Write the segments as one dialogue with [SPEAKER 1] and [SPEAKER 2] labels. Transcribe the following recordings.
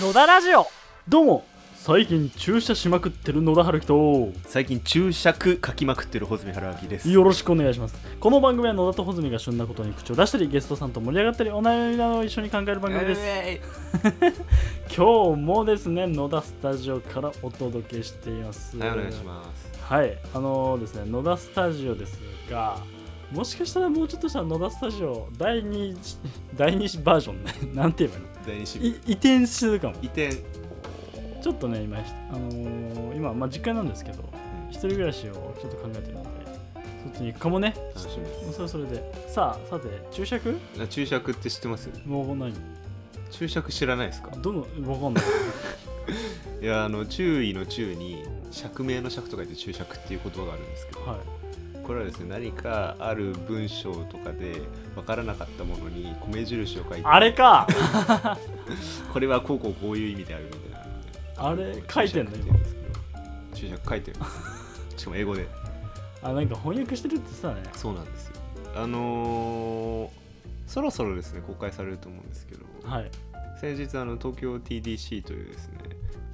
[SPEAKER 1] 野田ラジオ
[SPEAKER 2] どうも最近注射しまくってる野田春樹と
[SPEAKER 3] 最近注釈書きまくってる穂積春明です
[SPEAKER 2] よろしくお願いしますこの番組は野田と穂積が旬なことに口を出したりゲストさんと盛り上がったりお悩みなどを一緒に考える番組です今日もですね野田スタジオからお届けしています
[SPEAKER 3] はいお願いします
[SPEAKER 2] はいあのですね野田スタジオですがもしかしたらもうちょっとしたら野田スタジオ第2第2バージョンねなんて言えばいいの
[SPEAKER 3] 第二週
[SPEAKER 2] い移転するかも
[SPEAKER 3] 移転
[SPEAKER 2] ちょっとね今、あのー今まあ、実家なんですけど一人暮らしをちょっと考えてるのでそっちに行くかもね
[SPEAKER 3] 楽しみで
[SPEAKER 2] もうそれはそれでさあさて注釈
[SPEAKER 3] す注釈って知ってます
[SPEAKER 2] もうない
[SPEAKER 3] 注釈知らないですか
[SPEAKER 2] どのわかんない
[SPEAKER 3] いやあの注意の注に釈明の釈と書いて注釈っていう言葉があるんですけど
[SPEAKER 2] はい
[SPEAKER 3] これはですね何かある文章とかで分からなかったものに米印を書いて
[SPEAKER 2] あれか
[SPEAKER 3] これはこうこうこういう意味であるみたいな
[SPEAKER 2] あれ書いてんの
[SPEAKER 3] 注釈って言
[SPEAKER 2] 今
[SPEAKER 3] うんですけど注釈書いてるしかも英語で
[SPEAKER 2] あなんか翻訳してるってさね
[SPEAKER 3] そうなんですよあのーそろそろですね公開されると思うんですけど
[SPEAKER 2] はい
[SPEAKER 3] 先日あの東京 TDC というですね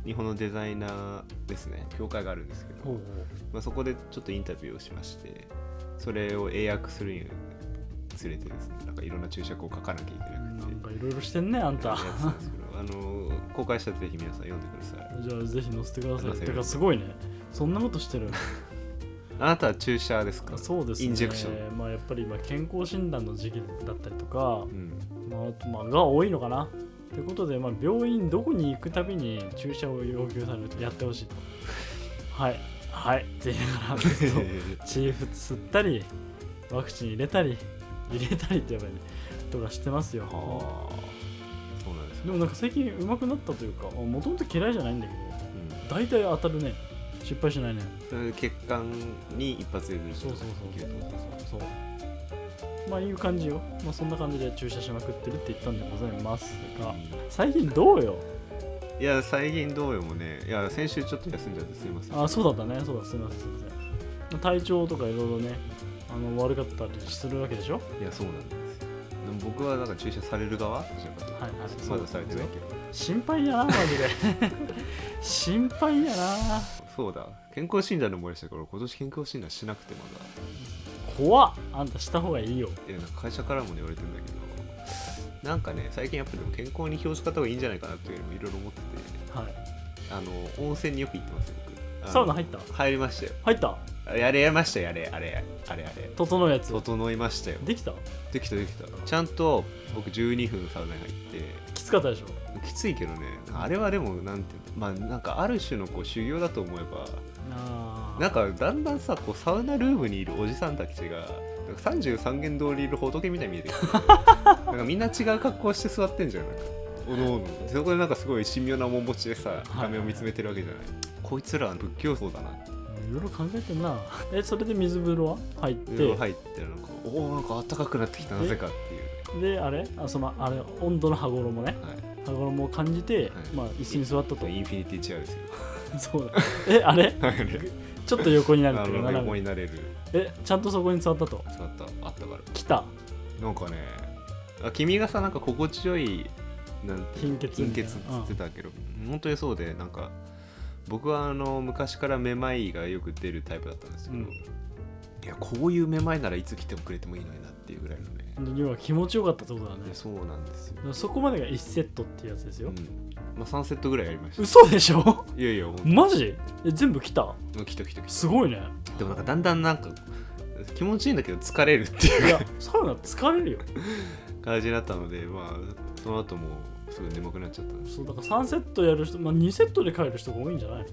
[SPEAKER 3] 日本のデザイナーですね協会があるんですけど、
[SPEAKER 2] ほうほ
[SPEAKER 3] まあ、そこでちょっとインタビューをしましてそれを英訳するにつれてですねなんかいろんな注釈を書かなきゃいけな
[SPEAKER 2] うな
[SPEAKER 3] くて
[SPEAKER 2] んかいろいろしてんねあん
[SPEAKER 3] や
[SPEAKER 2] た
[SPEAKER 3] ってたんですけど あのー公開したらぜひ皆さん読んでください
[SPEAKER 2] じゃあぜひ載せてください
[SPEAKER 3] 載せる
[SPEAKER 2] てかすごいねそんなことしてる
[SPEAKER 3] あなたは注射ですか
[SPEAKER 2] そうですね
[SPEAKER 3] インジェクショ
[SPEAKER 2] まあやっぱり今健康診断の時期だったりとか、
[SPEAKER 3] うん
[SPEAKER 2] まああと、まあ、が多いのかなということで、まあ、病院どこに行くたびに注射を要求されるとやってほしいとはいはいって言いながらずっ とチーフ吸ったりワクチン入れたり入れたりってやばいねとかしてますよ
[SPEAKER 3] ああそうなんです
[SPEAKER 2] で
[SPEAKER 3] ね、
[SPEAKER 2] もなんか最近上手くなったというかもともと嫌いじゃないんだけど
[SPEAKER 3] うん
[SPEAKER 2] 大体当たるね失敗しないね
[SPEAKER 3] そういう血管に一発で出る
[SPEAKER 2] そうそうそう
[SPEAKER 3] いけるってことです
[SPEAKER 2] そ
[SPEAKER 3] ね
[SPEAKER 2] うまあいう感じよ、まあ、そんな感じで注射しまくってるって言ったんでございますが最近どうよ
[SPEAKER 3] いや最近どうよもねいや先週ちょっと休んじゃってすいません
[SPEAKER 2] あそうだったねそうだすみませんすみません体調とかいろいろねあの悪かったりするわけでしょ
[SPEAKER 3] いやそうなんですよでも僕はなんか注射される側どちらかというと
[SPEAKER 2] はいはい
[SPEAKER 3] まだされてないけど
[SPEAKER 2] 心配やなマジで 心配やな
[SPEAKER 3] そうだ健康診断の漏れしたから今年健康診断しなくてまだ
[SPEAKER 2] 怖っあんたした方がいいよ
[SPEAKER 3] いやなんか会社からもね言われてんだけどなんかね最近やっぱでも健康に表した方がいいんじゃないかなっていうのもいろいろ思ってて
[SPEAKER 2] はい
[SPEAKER 3] あの温泉によく行ってますよ僕
[SPEAKER 2] サウナ
[SPEAKER 3] 入
[SPEAKER 2] 入った
[SPEAKER 3] 入りましたよ
[SPEAKER 2] 入った
[SPEAKER 3] あれやりましたよあれあれあれあれ
[SPEAKER 2] 整うやつ
[SPEAKER 3] 整いましたよ
[SPEAKER 2] できた
[SPEAKER 3] できたできたちゃんと僕12分サウナに入って
[SPEAKER 2] きつかったでしょ
[SPEAKER 3] きついけどねあれはでもなんていうのまあなんかある種のこう修行だと思え
[SPEAKER 2] あ
[SPEAKER 3] ば
[SPEAKER 2] ー
[SPEAKER 3] なんかだんだんさこうサウナルームにいるおじさんたちがなんか33軒通りいる仏みたいに見えて くるなんかみんな違う格好して座ってんじゃんなんかおのおのそこでなんかすごい神妙な面持ちでさ画面を見つめてるわけじゃない、こいつらは仏教僧だなって
[SPEAKER 2] いろいろ考えてんなえそれで水風呂は入って
[SPEAKER 3] 入ってなんかおおんかあったかくなってきたなぜかっていうね、
[SPEAKER 2] であれあそのあれ温度の羽衣ね
[SPEAKER 3] はい、
[SPEAKER 2] 羽衣を感じて、
[SPEAKER 3] はい
[SPEAKER 2] まあ椅子に座ったと
[SPEAKER 3] インフィニティチェアです よ
[SPEAKER 2] そうえあれ
[SPEAKER 3] あれ
[SPEAKER 2] ちょっと横にな
[SPEAKER 3] あ
[SPEAKER 2] るという
[SPEAKER 3] の
[SPEAKER 2] か斜
[SPEAKER 3] 横
[SPEAKER 2] め
[SPEAKER 3] になれる
[SPEAKER 2] えちゃんとそこに座ったと
[SPEAKER 3] 座ったあったから
[SPEAKER 2] 来た
[SPEAKER 3] なんかねあ君がさなんか心地よいなんていう
[SPEAKER 2] 貧
[SPEAKER 3] の
[SPEAKER 2] 血み
[SPEAKER 3] 貧
[SPEAKER 2] たい
[SPEAKER 3] 血
[SPEAKER 2] な
[SPEAKER 3] っつってたけど、本当にそうでなんか僕はあの昔からめまいがよく出るタイプだったんですけど、
[SPEAKER 2] うん
[SPEAKER 3] いやこういうめまいならいつ来てもくれてもいいのになっていうぐらいのね、
[SPEAKER 2] 要は気持ちよかったってことだね
[SPEAKER 3] いやそうなんですよ、
[SPEAKER 2] そこまでが1セットってやつです
[SPEAKER 3] う
[SPEAKER 2] よ
[SPEAKER 3] ん、まあ、3セットぐらいやりました
[SPEAKER 2] 嘘でしょ
[SPEAKER 3] いやいやほんと
[SPEAKER 2] マジえ全部来た
[SPEAKER 3] 来た来た来
[SPEAKER 2] すごいね
[SPEAKER 3] たでもなんかだんだんなんか気持ちいいんだけど疲れるって
[SPEAKER 2] い
[SPEAKER 3] いう
[SPEAKER 2] やサウナ疲れるよ
[SPEAKER 3] 感じになったのでまあその後もすぐ眠くなっちゃったんです
[SPEAKER 2] そうだから3セットやる人、まあ、2セットで帰る人が多いんじゃない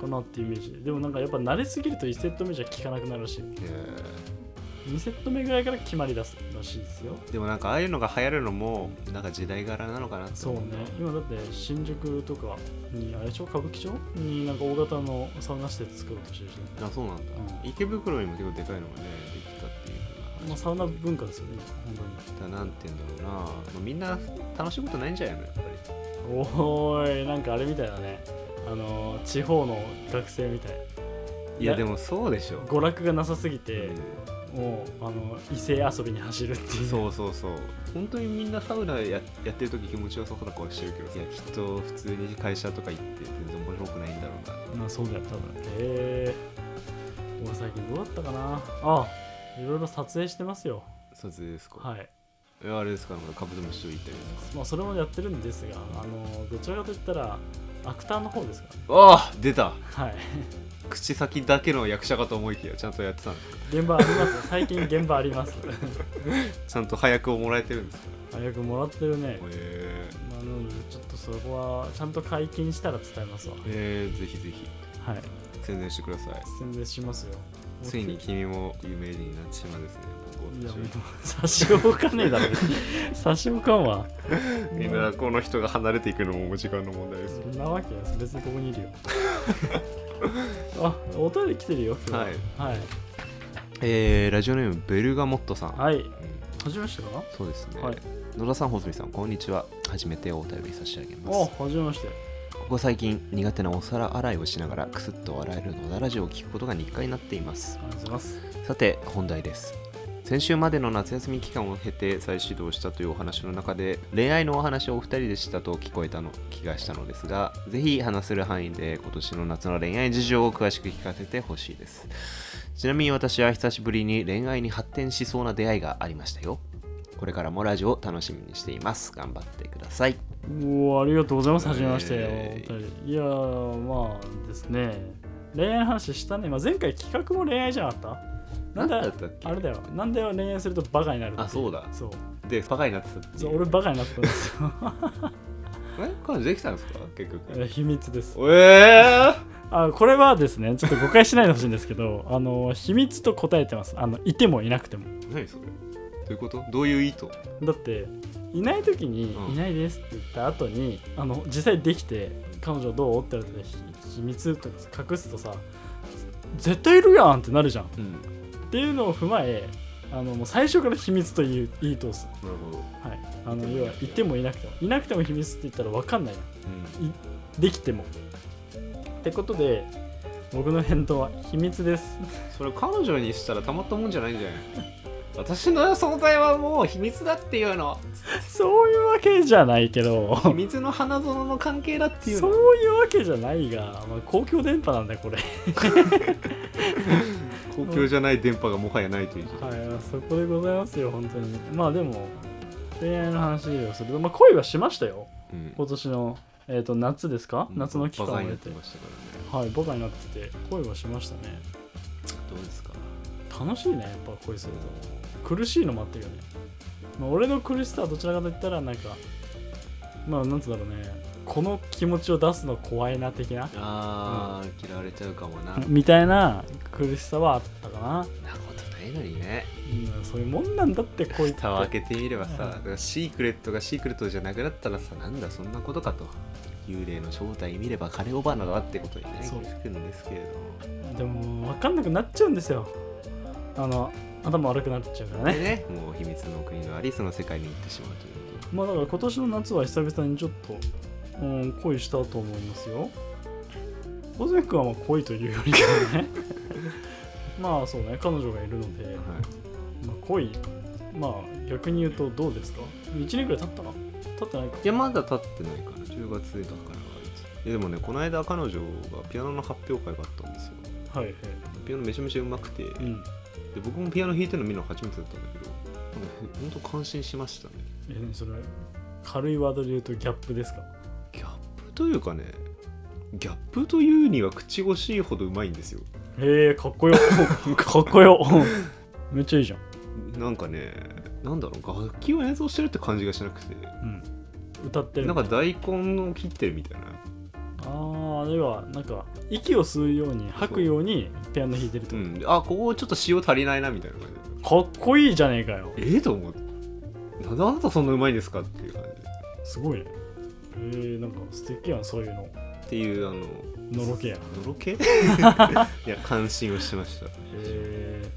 [SPEAKER 2] かなっていうイメージででもなんかやっぱ慣れすぎると1セット目じゃ効かなくなるらしい
[SPEAKER 3] へー
[SPEAKER 2] 2セット目ぐらいから決まりだすらしいですよ
[SPEAKER 3] でもなんかああいうのが流行るのもなんか時代柄なのかなって
[SPEAKER 2] そう
[SPEAKER 3] 思
[SPEAKER 2] ね今だって新宿とかにあれでしょ歌舞伎町になんか大型のサウナ施設作ろうとしてるしね
[SPEAKER 3] あそうなんだ、
[SPEAKER 2] う
[SPEAKER 3] 池袋にも結構でかいのがねできたっていう
[SPEAKER 2] まあ、
[SPEAKER 3] か
[SPEAKER 2] サウナ文化ですよね、
[SPEAKER 3] だなんて言うんだろうな、まあみんな楽しいことないんじゃないのやっぱり
[SPEAKER 2] 本当に。おーい、なんかあれみたいだね。あのー地方の学生みたい。
[SPEAKER 3] いや
[SPEAKER 2] ね
[SPEAKER 3] でもそうでしょ
[SPEAKER 2] 娯楽がなさすぎて、
[SPEAKER 3] うん
[SPEAKER 2] もうあの異性遊びに走るっていう
[SPEAKER 3] そうそうそう本当にみんなサウナややってる時気持ちよさそうな顔してるけどいやきっと普通に会社とか行って全然面白くないんだろうな
[SPEAKER 2] まあそうだよ多分えー、俺最近どうだったかなあいろいろ撮影してますよ
[SPEAKER 3] 撮影ですか、
[SPEAKER 2] はい
[SPEAKER 3] えあれですかなんかカブトムシと行ったりです
[SPEAKER 2] まあそれもやってるんですがあのどちらかといったらアクターの方ですか
[SPEAKER 3] かああ出た
[SPEAKER 2] らはい
[SPEAKER 3] 口先だけの役者かと思いきやちゃんとやってたんですか
[SPEAKER 2] 現場あります最近現場あります
[SPEAKER 3] ちゃんと早くをもらえてるんですか
[SPEAKER 2] 早くもらってるね
[SPEAKER 3] へえ
[SPEAKER 2] まあなのでちょっとそこはちゃんと解禁したら伝えますわ
[SPEAKER 3] えー、ぜひぜひ
[SPEAKER 2] はい
[SPEAKER 3] 宣伝してください
[SPEAKER 2] 宣伝しますよ
[SPEAKER 3] ついに君も有名人になってしまうんですね
[SPEAKER 2] いや
[SPEAKER 3] 僕
[SPEAKER 2] もう
[SPEAKER 3] たちは
[SPEAKER 2] 差し置かねえだろ 差し置かんわ
[SPEAKER 3] みんなこの人が離れていくのも時間の問題です
[SPEAKER 2] そんなわけよ別にここにいるよあお便り来てるよ今日はい
[SPEAKER 3] えー、ラジオネームベルガモットさん
[SPEAKER 2] はい、
[SPEAKER 3] うん
[SPEAKER 2] はじめましてかな
[SPEAKER 3] そうですね、
[SPEAKER 2] はい
[SPEAKER 3] 野田さん穂積さんこんにちは初めてお便り差し上げます
[SPEAKER 2] おはじめまして
[SPEAKER 3] ここ最近苦手なお皿洗いをしながらクスッと笑える野田ラジオを聞くことが日課になっています
[SPEAKER 2] ありがとうございます
[SPEAKER 3] さて本題です先週までの夏休み期間を経て再始動したというお話の中で恋愛のお話をお二人でしたと聞こえたの気がしたのですがぜひ話せる範囲で今年の夏の恋愛事情を詳しく聞かせてほしいですちなみに私は久しぶりに恋愛に発展しそうな出会いがありましたよこれからもラジオを楽しみにしています頑張ってください、
[SPEAKER 2] おおありがとうございますはじめまして、
[SPEAKER 3] えー
[SPEAKER 2] お便りいやーまあですね恋愛の話したね、まあ、前回企画も恋愛じゃなかったなんだ
[SPEAKER 3] なんだったっけ
[SPEAKER 2] あれだよなんだよ恋愛するとバカになるってい
[SPEAKER 3] あそうだ
[SPEAKER 2] そう
[SPEAKER 3] でバカになってたっていう
[SPEAKER 2] そう俺バカになったんですよ
[SPEAKER 3] え彼女できたんですか結局
[SPEAKER 2] え秘密です
[SPEAKER 3] え
[SPEAKER 2] あこれはですねちょっと誤解しないでほしいんですけど あの秘密と答えてますあのいてもいなくても
[SPEAKER 3] ー、何それどういうことどういう意図
[SPEAKER 2] だっていない時に「
[SPEAKER 3] うん
[SPEAKER 2] いないです」って言った後にあの実際できて「彼女どう?」って言われてひ秘密とか隠すとさ「絶対いるやん!」ってなるじゃんっ
[SPEAKER 3] うんなる
[SPEAKER 2] ていうのを踏まえあのもう最初から秘密という言い通す、
[SPEAKER 3] ほど
[SPEAKER 2] はい、あの要はいてもいなくてもいなくても秘密って言ったら分かんないやんいできてもってことで僕の返答は「秘密です」
[SPEAKER 3] それ彼女にしたらたまったもんじゃないんじゃない私の存在はもう秘密だっていうの
[SPEAKER 2] そういうわけじゃないけど、
[SPEAKER 3] 秘密の花園の関係だっていう
[SPEAKER 2] そう
[SPEAKER 3] の
[SPEAKER 2] いうわけじゃないが、まあ、公共電波なんだよこれ、
[SPEAKER 3] 公共じゃない電波がもはやないという時代
[SPEAKER 2] はい、そこでございますよ本当にまあでも恋愛の話をすると、まあ、恋はしましたよ
[SPEAKER 3] うん
[SPEAKER 2] 今年の、えー、と夏ですか夏の期間
[SPEAKER 3] バ
[SPEAKER 2] を
[SPEAKER 3] カにな
[SPEAKER 2] 経
[SPEAKER 3] って
[SPEAKER 2] て
[SPEAKER 3] ましたからね
[SPEAKER 2] はいバカになってて恋はしましたね
[SPEAKER 3] どうですか
[SPEAKER 2] 楽しいねやっぱ恋すると苦しいのもあったけどね、まあ、俺の苦しさはどちらかといったらなんかまあなんつうんだろうねこの気持ちを出すの怖いな的な
[SPEAKER 3] あー、嫌われちゃうかもなな
[SPEAKER 2] みたいな苦しさはあったかな、
[SPEAKER 3] ことないのにね
[SPEAKER 2] うん、そういうもんなんだってこういっ
[SPEAKER 3] 蓋を
[SPEAKER 2] た
[SPEAKER 3] 開けてみればさ
[SPEAKER 2] うん
[SPEAKER 3] だからシークレットがシークレットじゃなくなったらさなんだそんなことかと幽霊の正体見れば金オバナだってことにね気
[SPEAKER 2] そう
[SPEAKER 3] づくんですけれども
[SPEAKER 2] でも分かんなくなっちゃうんですよあの頭悪くなっちゃうからね
[SPEAKER 3] ね、もう秘密の国のアリスの世界に行ってしまうというこ
[SPEAKER 2] まあだから今年の夏は久々にちょっと、うん、恋したと思いますよ小関君はまあ恋というよりかは ねまあそうね彼女がいるので、
[SPEAKER 3] と、
[SPEAKER 2] まあ、恋まあ逆に言うとどうですか1年くらい経ったか経ってないか
[SPEAKER 3] いやまだ経ってないかな10月だからいやでもねこの間彼女がピアノの発表会があったんですよ
[SPEAKER 2] はいはい
[SPEAKER 3] ピアノめちゃめちゃうまくて、
[SPEAKER 2] う
[SPEAKER 3] で
[SPEAKER 2] ん
[SPEAKER 3] 僕もピアノ弾いてるの見るの初めてだったんだけどなんかほんと感心しましたね
[SPEAKER 2] え何それ軽いワードで言うとギャップですか
[SPEAKER 3] ギャップというかねギャップというには口惜しいほどうまいんですよ
[SPEAKER 2] へえかっこよ かっこよめっちゃいいじゃん、
[SPEAKER 3] なんかねなんだろう楽器を演奏してるって感じがしなくて
[SPEAKER 2] うん、歌ってる
[SPEAKER 3] なんか大根を切ってるみたいな
[SPEAKER 2] ああではなんか息を吸うように吐くようにピアノ弾いてるって
[SPEAKER 3] う
[SPEAKER 2] こと、
[SPEAKER 3] ん、あここちょっと塩足りないなみたいな感じ
[SPEAKER 2] かっこいいじゃねえかよ
[SPEAKER 3] ええと思ってなんであなたそんなうまいんですかっていう感じ
[SPEAKER 2] すごいねえー、なんか素敵やんそういうの
[SPEAKER 3] っていうあの
[SPEAKER 2] のろけやへ
[SPEAKER 3] のろ けいや関心をしてました
[SPEAKER 2] え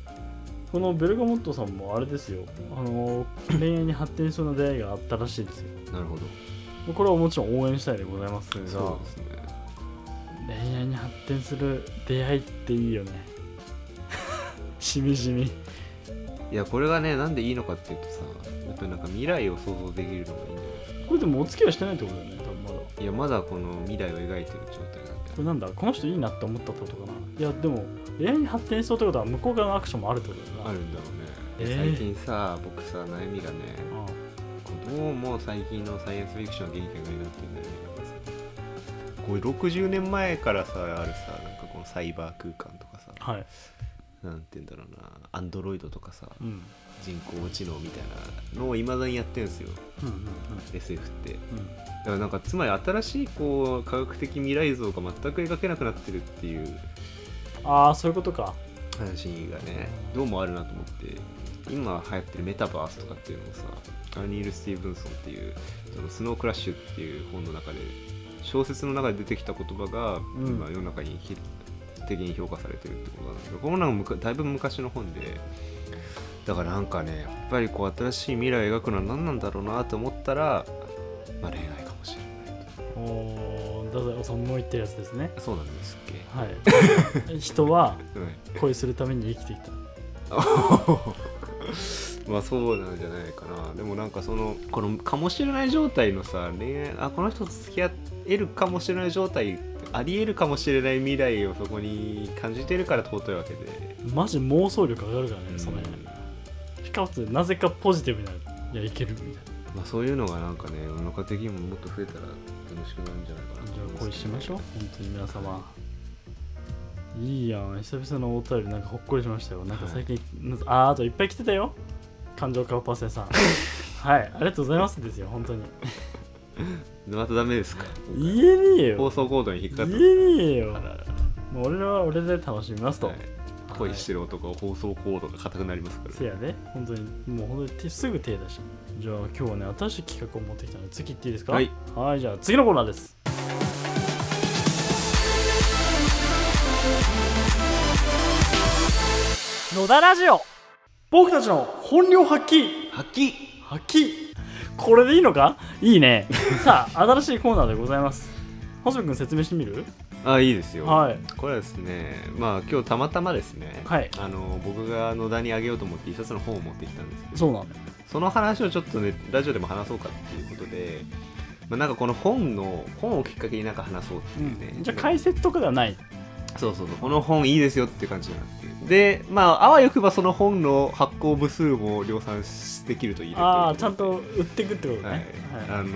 [SPEAKER 2] このベルガモットさんもあれですよあの恋愛に発展しそうな出会いがあったらしいですよ
[SPEAKER 3] なるほど
[SPEAKER 2] これはもちろん応援したいでございますが
[SPEAKER 3] そうですね
[SPEAKER 2] 恋愛に 発展する出会いっていいよねしみじみ
[SPEAKER 3] いやこれがねなんでいいのかっていうとさやっぱりなんか未来を想像できるのがいいんだよ
[SPEAKER 2] これでもお付き合いしてないってことだよね多分まだこ
[SPEAKER 3] いやまだこの未来を描いてる状態なんだよ
[SPEAKER 2] れなんだこの人いいなって思ったってことかないやでも恋愛に発展しそうってことは向こう側のアクションもあるってことだよな
[SPEAKER 3] あるんだろうね、
[SPEAKER 2] えー
[SPEAKER 3] 最近さ僕さ悩みがねこうどうも最近のサイエンスフィクションは元気がないなっていう悩みがさこう60年前からさあるさなんかこのサイバー空間とかさ
[SPEAKER 2] うんはい
[SPEAKER 3] なんて言うんだろうなアンドロイドとかさ
[SPEAKER 2] うん
[SPEAKER 3] 人工知能みたいなのをいまだにやってんすよ
[SPEAKER 2] うんうん
[SPEAKER 3] SF って
[SPEAKER 2] うんうん
[SPEAKER 3] だからなんかつまり新しいこう科学的未来像が全く描けなくなってるっていう
[SPEAKER 2] ああそういうことか
[SPEAKER 3] 話がねどうもあるなと思って今流行ってるメタバースとかっていうのをさアニール・スティーブンソンっていうそのスノークラッシュっていう本の中で小説の中で出てきた言葉が、
[SPEAKER 2] うん
[SPEAKER 3] 今世の中にひ的に評価されてるってことなんだけどこのなんかむかだいぶ昔の本でだからなんかねやっぱりこう新しい未来を描くのは何なんだろうなと思ったら、まあ、恋愛かもしれないと
[SPEAKER 2] おーだだそのもう言ってるやつですね
[SPEAKER 3] そうなんですっけ、
[SPEAKER 2] はい人は
[SPEAKER 3] はい
[SPEAKER 2] 恋するために生きてきた
[SPEAKER 3] まあそうなんじゃないかなでもなんかそのこのかもしれない状態のさ恋愛あこの人と付き合えるかもしれない状態ありえるかもしれない未来をそこに感じてるから尊いわけで、
[SPEAKER 2] マジ妄想力上がるからね、その
[SPEAKER 3] うん
[SPEAKER 2] 辺しかもつなぜかポジティブになるいやいけるみたいな
[SPEAKER 3] まあ、そういうのがなんかね世の中的にももっと増えたら楽しくなるんじゃないかな
[SPEAKER 2] じ
[SPEAKER 3] と
[SPEAKER 2] ゃ
[SPEAKER 3] 思い
[SPEAKER 2] あ
[SPEAKER 3] ます
[SPEAKER 2] 恋しましょう本当に皆様いいやん久々のお便りなんかほっこりしましたよなんか最近、なんかあーあといっぱい来てたよ感情カウパーセンさんはいありがとうございますですよ本当に
[SPEAKER 3] またダメですか
[SPEAKER 2] 言えねえ
[SPEAKER 3] 放
[SPEAKER 2] よ
[SPEAKER 3] 送コードに引っか
[SPEAKER 2] 言
[SPEAKER 3] か
[SPEAKER 2] え
[SPEAKER 3] っ
[SPEAKER 2] ね
[SPEAKER 3] た
[SPEAKER 2] えよもう俺らは俺で楽しみますと、
[SPEAKER 3] はい恋してる男は放送コードが硬くなりますから、
[SPEAKER 2] せやね本当にもう本当に手すぐ手出したじゃあ今日はね新しい企画を持ってきたので次行っていいですか
[SPEAKER 3] はい
[SPEAKER 2] はいじゃあ次のコーナーです野田ラジオ僕たちの本領発揮
[SPEAKER 3] はっきり
[SPEAKER 2] 発揮これでいいのかいい ねさあ新しいコーナーでございます細部君説明してみる
[SPEAKER 3] あいいですよ
[SPEAKER 2] はい
[SPEAKER 3] これはですねまあ今日たまたまですね、
[SPEAKER 2] はい
[SPEAKER 3] あの僕が野田にあげようと思って一冊の本を持ってきたんですけど
[SPEAKER 2] そうなんだ
[SPEAKER 3] その話をちょっとねラジオでも話そうかっていうことで、まあ、なんかこの本の本をきっかけになんか話そうっていうね、
[SPEAKER 2] じゃあ解説とかではない
[SPEAKER 3] そうそうそうこの本いいですよっていう感じになってでまああわよくばその本の発行部数も量産できるといいな
[SPEAKER 2] ああ
[SPEAKER 3] と
[SPEAKER 2] ちゃんと売っていくってことね、
[SPEAKER 3] はい
[SPEAKER 2] はい
[SPEAKER 3] あの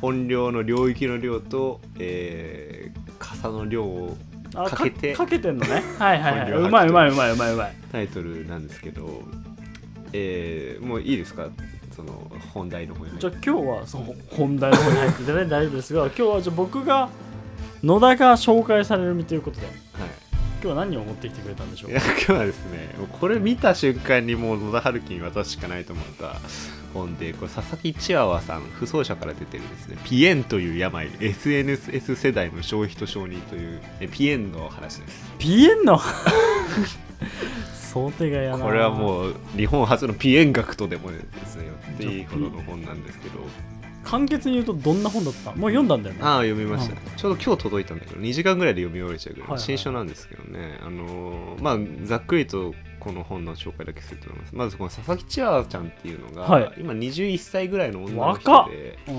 [SPEAKER 3] 本領の領域の量と、えー、傘の量を
[SPEAKER 2] あ
[SPEAKER 3] かけて
[SPEAKER 2] かけてんのね はいはい、はい、
[SPEAKER 3] 本領発揮
[SPEAKER 2] うまいうまいうまいうまいうまい
[SPEAKER 3] タイトルなんですけど、えーもういいですかその本題の方に入
[SPEAKER 2] じゃ
[SPEAKER 3] っ
[SPEAKER 2] あ
[SPEAKER 3] て
[SPEAKER 2] 今日はその本題の方に入っていただいて大丈夫です が今日はじゃあ僕が野田が紹介される身ということで
[SPEAKER 3] はい
[SPEAKER 2] 今日は何を持ってきてくれたんでしょ
[SPEAKER 3] いうや今日はですねもうこれ見た瞬間にもう野田春樹に渡すしかないと思った本でこれ佐々木チワワさん不走者から出てるですねピエンという病 SNS 世代の消費と承認というえピエンの話です
[SPEAKER 2] ピエンの想定外やな
[SPEAKER 3] これはもう日本初のピエン学とでもですね言っていいほどの本なんですけど
[SPEAKER 2] 簡潔に言うとどんな本だったもう読んだんだよね
[SPEAKER 3] ああ読みました、
[SPEAKER 2] うん
[SPEAKER 3] ちょうど今日届いたんだけど2時間ぐらいで読み終えちゃうぐらい、
[SPEAKER 2] はいはい
[SPEAKER 3] 新書なんですけどねあのーまあざっくりとこの本の紹介だけすると思いますまずこの佐々木千和ちゃんっていうのが、
[SPEAKER 2] はい
[SPEAKER 3] 今21歳ぐらいの女の
[SPEAKER 2] 若っ
[SPEAKER 3] 人で
[SPEAKER 2] う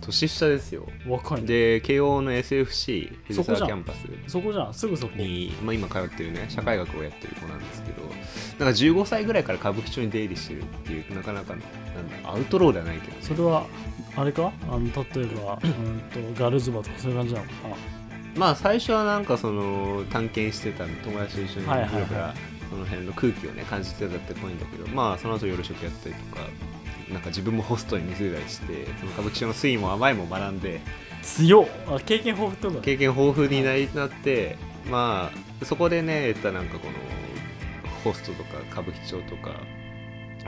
[SPEAKER 3] 年下ですよ
[SPEAKER 2] ん若いね
[SPEAKER 3] で慶応の SFC 藤
[SPEAKER 2] そこじゃ
[SPEAKER 3] 沢
[SPEAKER 2] ん
[SPEAKER 3] キャンパス
[SPEAKER 2] そこじゃんすぐそこ
[SPEAKER 3] に、まあ、今通ってるね社会学をやってる子なんですけどなんか15歳ぐらいから歌舞伎町に出入りしてるっていうなかなかのなんだろうアウトローではないけどね
[SPEAKER 2] それはあれかあの例えばうんとガルズバとかそういう感じなのかな
[SPEAKER 3] まあ最初はなんかその探検してたの友達と一緒にブ
[SPEAKER 2] はい
[SPEAKER 3] ラ
[SPEAKER 2] はいはい
[SPEAKER 3] ブラその辺の空気をね感じてたってぽいんだけどまあその後夜食やったりとかなんか自分もホストに見せたりしてその歌舞伎町の酸いも甘いも学んで
[SPEAKER 2] 強っあ経験豊富ってことだね
[SPEAKER 3] 経験豊富になりなってまあそこでねえったなんかこのホストとか歌舞伎町とか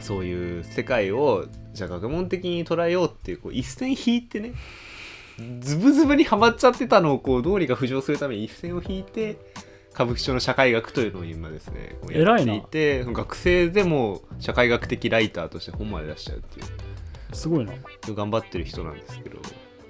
[SPEAKER 3] そういう世界をじゃあ学問的に捉えようっていうこう一線引いてねズブズブにはまっちゃってたのをこうどうにか浮上するために一線を引いて歌舞伎町の社会学というのを今ですねこうやっていて学生でも社会学的ライターとして本まで出しちゃうっていう
[SPEAKER 2] すごいな
[SPEAKER 3] 頑張ってる人なんですけど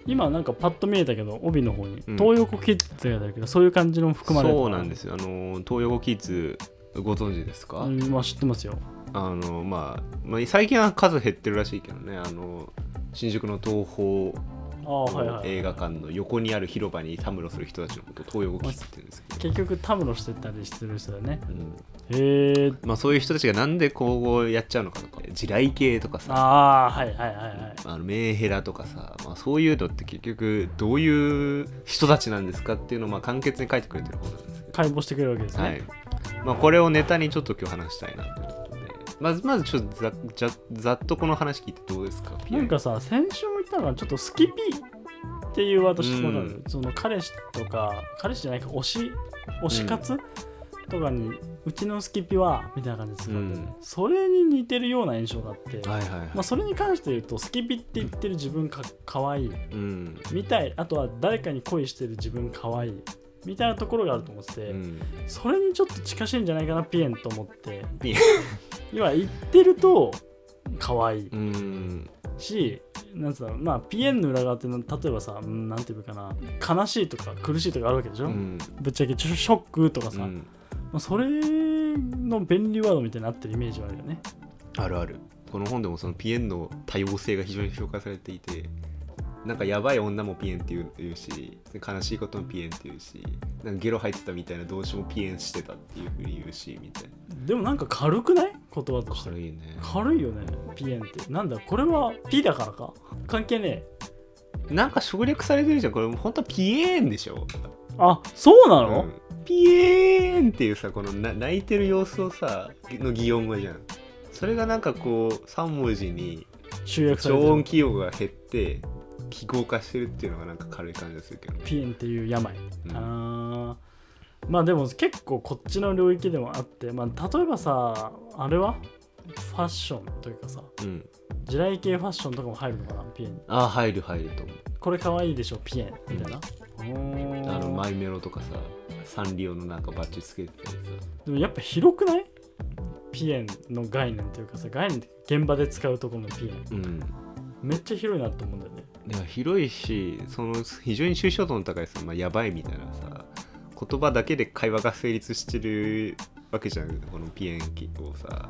[SPEAKER 2] 今なんかパッと見えたけど帯の方に、
[SPEAKER 3] うん
[SPEAKER 2] 東横キッズって書いてあるけどそういう感じのも含まれる
[SPEAKER 3] そうなんですすよあの東横キッズご存知ですか、
[SPEAKER 2] まあ知ってますよ
[SPEAKER 3] あの、まあ、まあ、最近は数減ってるらしいけどねあの新宿の東宝
[SPEAKER 2] ああはいはい
[SPEAKER 3] 映画館の横にある広場にたむろする人たちのことを東横キッズって言うんですけど、
[SPEAKER 2] 結局タムロしてたりする人だよね
[SPEAKER 3] うん
[SPEAKER 2] へえ
[SPEAKER 3] まあ、そういう人たちがなんでこうやっちゃうのかとか地雷系とかさ
[SPEAKER 2] ああはいはいはいはい
[SPEAKER 3] あのメンヘラとかさ、まあ、そういうのって結局どういう人たちなんですかっていうのをまあ簡潔に書いてくれてる方なんですけ
[SPEAKER 2] 解剖してくれるわけです
[SPEAKER 3] ど、
[SPEAKER 2] ね、
[SPEAKER 3] はいまあ、これをネタにちょっと今日話したいなということでまずまずちょっとざざざっとこの話聞いてどうですか
[SPEAKER 2] なんかさ先週も言ったのがちょっとスキピっていうワード知ってもら
[SPEAKER 3] うん
[SPEAKER 2] その彼氏とか彼氏じゃないか推し推し活、とかにうちのスキピはみたいな感じで使ってる、
[SPEAKER 3] うん
[SPEAKER 2] それに似てるような印象があって、
[SPEAKER 3] はいはいはい、
[SPEAKER 2] まあ、それに関して言うとスキピって言ってる自分かかわいい
[SPEAKER 3] うん
[SPEAKER 2] みたいあとは誰かに恋してる自分かわいいみたいなところがあると思ってて、
[SPEAKER 3] うん
[SPEAKER 2] それにちょっと近しいんじゃないかなピエンと思って
[SPEAKER 3] ピエン
[SPEAKER 2] 今言ってるとかわいい
[SPEAKER 3] うん
[SPEAKER 2] し、なんつうの、まあ、ピエンの裏側ってな、例えばさ、うんなんていうのかな、悲しいとか苦しいとかあるわけでしょ、
[SPEAKER 3] うん
[SPEAKER 2] ぶっちゃけちょショックとかさ、
[SPEAKER 3] う
[SPEAKER 2] ま
[SPEAKER 3] ん
[SPEAKER 2] あ、それの便利ワードみたいになってるイメージはあるよね。
[SPEAKER 3] あるあるこの本でもそのピエンの多様性が非常に紹介されていてなんかやばい女もピエンって言う言うし悲しいこともピエンって言うしなんかゲロ入ってたみたいな動詞もピエンしてたっていうふうに言うしみたいな
[SPEAKER 2] でもなんか軽くない言葉として。
[SPEAKER 3] 軽いね
[SPEAKER 2] 軽いよね、ピエンって。なんだ、これは P だからか関係ねえ。
[SPEAKER 3] なんか省略されてるじゃんこれ本当はピエンでしょ
[SPEAKER 2] あ、そうなの、
[SPEAKER 3] うんピエーンっていうさこのな泣いてる様子をさの擬音語じゃんそれがなんかこう3文字に
[SPEAKER 2] 集約され
[SPEAKER 3] 超
[SPEAKER 2] て
[SPEAKER 3] 音
[SPEAKER 2] る。
[SPEAKER 3] 記号が減って記号化してるっていうのがなんか軽い感じがするけどね、
[SPEAKER 2] ピエンっていう病。
[SPEAKER 3] うん
[SPEAKER 2] あーまあでも結構こっちの領域でもあって、まあ、例えばさあれはファッションというかさ
[SPEAKER 3] うん、
[SPEAKER 2] 地雷系ファッションとかも入るのかなピエン
[SPEAKER 3] ああ入る入ると思う
[SPEAKER 2] これ可愛いでしょピエンみたいな、おー
[SPEAKER 3] あのマイメロとかさサンリオのなんかバッジつけてたりさ
[SPEAKER 2] でもやっぱ広くないピエンの概念というかさ概念って現場で使うところのピエン
[SPEAKER 3] うん
[SPEAKER 2] めっちゃ広いなと思うんだよね
[SPEAKER 3] いや広いしその非常に抽象度の高いさ、まあ、やばいみたいなさ言葉だけで会話が成立してるわけじゃんこのピエンキをさ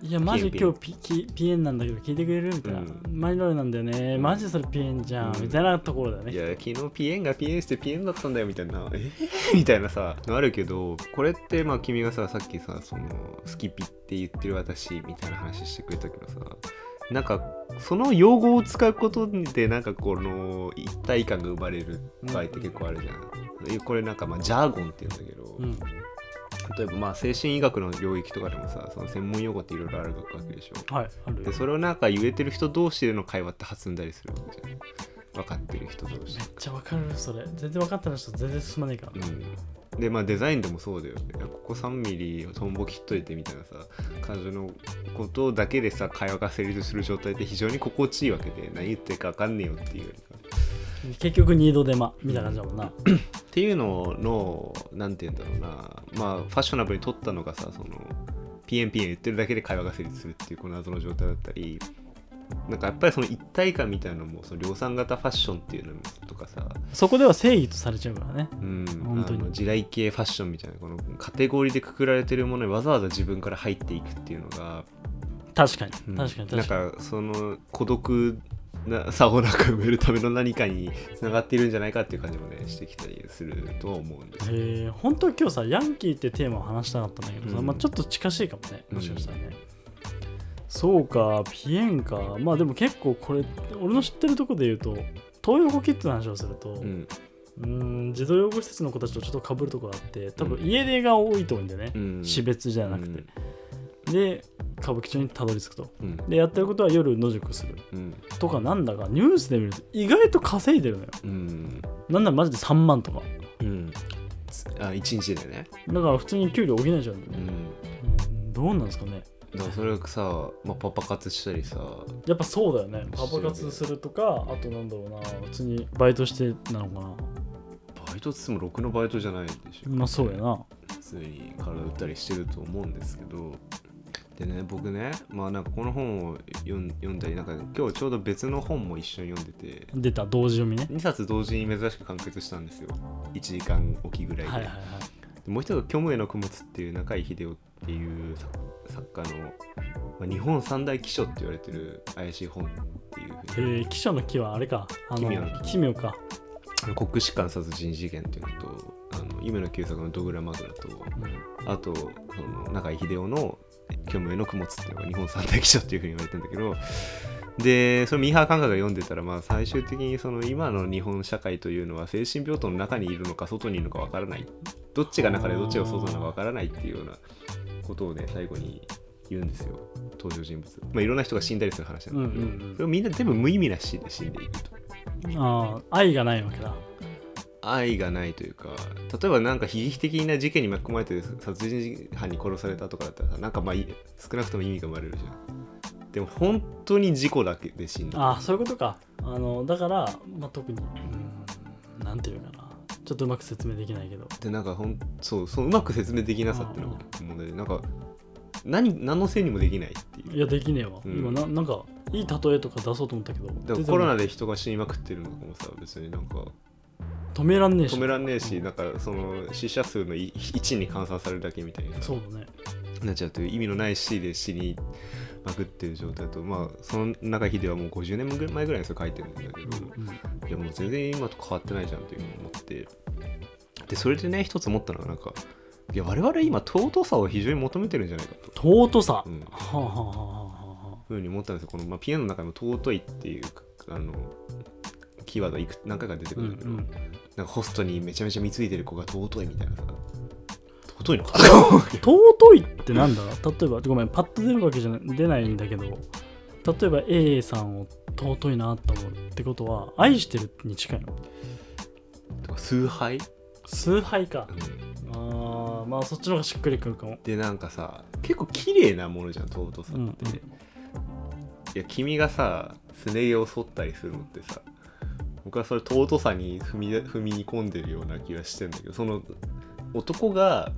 [SPEAKER 2] いやマジ
[SPEAKER 3] ピエ
[SPEAKER 2] 今
[SPEAKER 3] ン
[SPEAKER 2] 日ピピピエンなんだけど聞いてくれるみたいな、
[SPEAKER 3] うん
[SPEAKER 2] マイノルなんだよねマジそれピエンじゃん、
[SPEAKER 3] うん
[SPEAKER 2] みたいなところだよね
[SPEAKER 3] いや昨日ピエンがピエンしてピエンだったんだよみたいなえ ーみたいなさのあるけどこれってまあ君がささっきさそのスキピって言ってる私みたいな話してくれたけどさなんかその用語を使うことでなんかこの一体感が生まれる場合って結構あるじゃん、これなんかまあジャーゴンって言うんだけど、
[SPEAKER 2] うん
[SPEAKER 3] 例えばまあ精神医学の領域とかでもさその専門用語っていろいろあるわけでしょ
[SPEAKER 2] はいある
[SPEAKER 3] でそれをなんか言えてる人同士での会話って弾んだりするわけじゃん分かってる人同士
[SPEAKER 2] めっちゃわかるそれ全然分かってない人全然進まねえから、
[SPEAKER 3] うん、でまあデザインでもそうだよねいやここ3ミリをトンボ切っといてみたいなさ感じのことだけでさ会話が成立する状態って非常に心地いいわけで何言ってるか分かんねえよっていうよりか
[SPEAKER 2] 結局二度手間みたいな感じだもんな、
[SPEAKER 3] っていうのの何て言うんだろうなまあファッショナブルに取ったのがさそのピエンピエン言ってるだけで会話が成立するっていうこの謎の状態だったりなんかやっぱりその一体感みたいなのもその量産型ファッションっていうのとかさ
[SPEAKER 2] そこでは正義とされちゃうからね
[SPEAKER 3] うん、
[SPEAKER 2] 本当に
[SPEAKER 3] あの地雷系ファッションみたいなこのカテゴリーでくくられてるものにわざわざ自分から入っていくっていうのが、
[SPEAKER 2] 確かに
[SPEAKER 3] うん
[SPEAKER 2] 確かに確かに
[SPEAKER 3] なんかその孤独なさをなく埋めるための何かにつながっているんじゃないかっていう感じもねしてきたりするとは思うんですよ
[SPEAKER 2] へえ本当は今日さヤンキーってテーマを話したかったんだけどさ、
[SPEAKER 3] うん
[SPEAKER 2] まあ、ちょっと近しいかもねもしかしたらね、そうかピエンかまあでも結構これ俺の知ってるとこで言うと東横キッズの話をすると、う
[SPEAKER 3] う
[SPEAKER 2] ーん、
[SPEAKER 3] ん
[SPEAKER 2] 児童養護施設の子たちとちょっとかぶるとこがあって多分家出が多いと思うんだよね、
[SPEAKER 3] うん
[SPEAKER 2] 私別じゃなくて、で歌舞伎町にたどり着くと
[SPEAKER 3] うん
[SPEAKER 2] でやってることは夜野宿する
[SPEAKER 3] うん
[SPEAKER 2] とかなんだかニュースで見ると意外と稼いでるのよ
[SPEAKER 3] うん
[SPEAKER 2] なんならマジで3万とか
[SPEAKER 3] うんあ一日でね、
[SPEAKER 2] だから普通に給料補えちゃうん
[SPEAKER 3] う
[SPEAKER 2] だよね、
[SPEAKER 3] ん、
[SPEAKER 2] うんどうなんですかね
[SPEAKER 3] だからそれをさ、まあ、パパ活したりさ
[SPEAKER 2] やっぱそうだよねパパ活するとかあとなんだろうな普通にバイトしてなのかな
[SPEAKER 3] バイトっつってもろくのバイトじゃないでしょ
[SPEAKER 2] まあそうやな
[SPEAKER 3] 普通に体打ったりしてると思うんですけどでね僕ねまあなんかこの本を読ん読んだりなんか今日ちょうど別の本も一緒に読んでて
[SPEAKER 2] 出た同時読みね
[SPEAKER 3] 2冊同時に珍しく完結したんですよ1時間おきぐらいで、
[SPEAKER 2] はいはいはい
[SPEAKER 3] でもう一つが「虚無への供物」っていう中井秀夫っていう作作家の、まあ、日本三大奇書って言われてる怪しい本っていうふうに
[SPEAKER 2] えー、記者の木はあれかあの
[SPEAKER 3] 奇妙の
[SPEAKER 2] 奇妙か
[SPEAKER 3] あの国士舘殺人事件っていうのとあの夢の旧作のドグラマグラとあとその中井秀夫の「虚無への供物」っていうのが日本三大記書っていうふうに言われてるんだけどでそのミーハー感覚が読んでたら、まあ、最終的にその今の日本社会というのは精神病棟の中にいるのか外にいるのかわからないどっちが中でどっちが外なのかわからないっていうようなことをね最後に言うんですよ登場人物、まあ、いろんな人が死んだりする話なんだけど、
[SPEAKER 2] うんうんうん
[SPEAKER 3] それをみんな全部無意味な死で死んでいくと
[SPEAKER 2] うん、ああ愛がないわけだ
[SPEAKER 3] 愛がないというか例えばなんか悲劇的な事件に巻き込まれて殺人犯に殺されたとかだったらさなんかまあいい少なくとも意味が生まれるじゃんでも本当に事故だけで死んだ
[SPEAKER 2] ああそういうことかあのだから、まあ、特にうんなんていうかなちょっとうまく説明できないけど
[SPEAKER 3] でなんかほんそうそううまく説明できなさっていうのが結構問題でなんか何何のせいにもできないっていう
[SPEAKER 2] いやできねえわ、
[SPEAKER 3] うん
[SPEAKER 2] 今ななんかいい例えとか出そうと思ったけど
[SPEAKER 3] だか
[SPEAKER 2] 全
[SPEAKER 3] ら
[SPEAKER 2] 然
[SPEAKER 3] コロナで人が死にまくってるのとかもさ別になんか
[SPEAKER 2] 止めらんねえし
[SPEAKER 3] 止めらんねえし
[SPEAKER 2] うん
[SPEAKER 3] なんかその死者数のい1に換算されるだけみたいな
[SPEAKER 2] そうだね
[SPEAKER 3] なっちゃうという意味のない死で死にまくってる状態とまあその中秀はもう50年ぐらい前ぐらいにそれ書いてるんだけど
[SPEAKER 2] うん
[SPEAKER 3] いやもう全然今と変わってないじゃんっていうのを思ってでそれでね一つ思ったのはなんかいや我々今尊さを非常に求めてるんじゃないかと。
[SPEAKER 2] 尊さ、
[SPEAKER 3] うん
[SPEAKER 2] はあはあはあは
[SPEAKER 3] ふうに思ったんですよこの、まあ、ピアノの中にも「尊い」っていうあのキーワードいく何回か出てくるんだけど、
[SPEAKER 2] うんうん
[SPEAKER 3] なんかホストにめちゃめちゃ貢いでる子が尊いみたいなさ尊いのか
[SPEAKER 2] あ尊いってなんだ例えばごめんパッと出るわけじゃな出ないんだけど例えば A さんを尊いなと思うってことは愛してるに近いの
[SPEAKER 3] とか崇拝、
[SPEAKER 2] 崇拝か
[SPEAKER 3] うん
[SPEAKER 2] あーまあそっちの方がしっくりくるかも
[SPEAKER 3] でなんかさ結構綺麗なものじゃん尊さって、
[SPEAKER 2] うんうん
[SPEAKER 3] いや君がさすね毛を剃ったりするのってさ僕はそれ尊さに踏み踏み込んでるような気がしてんだけどその男が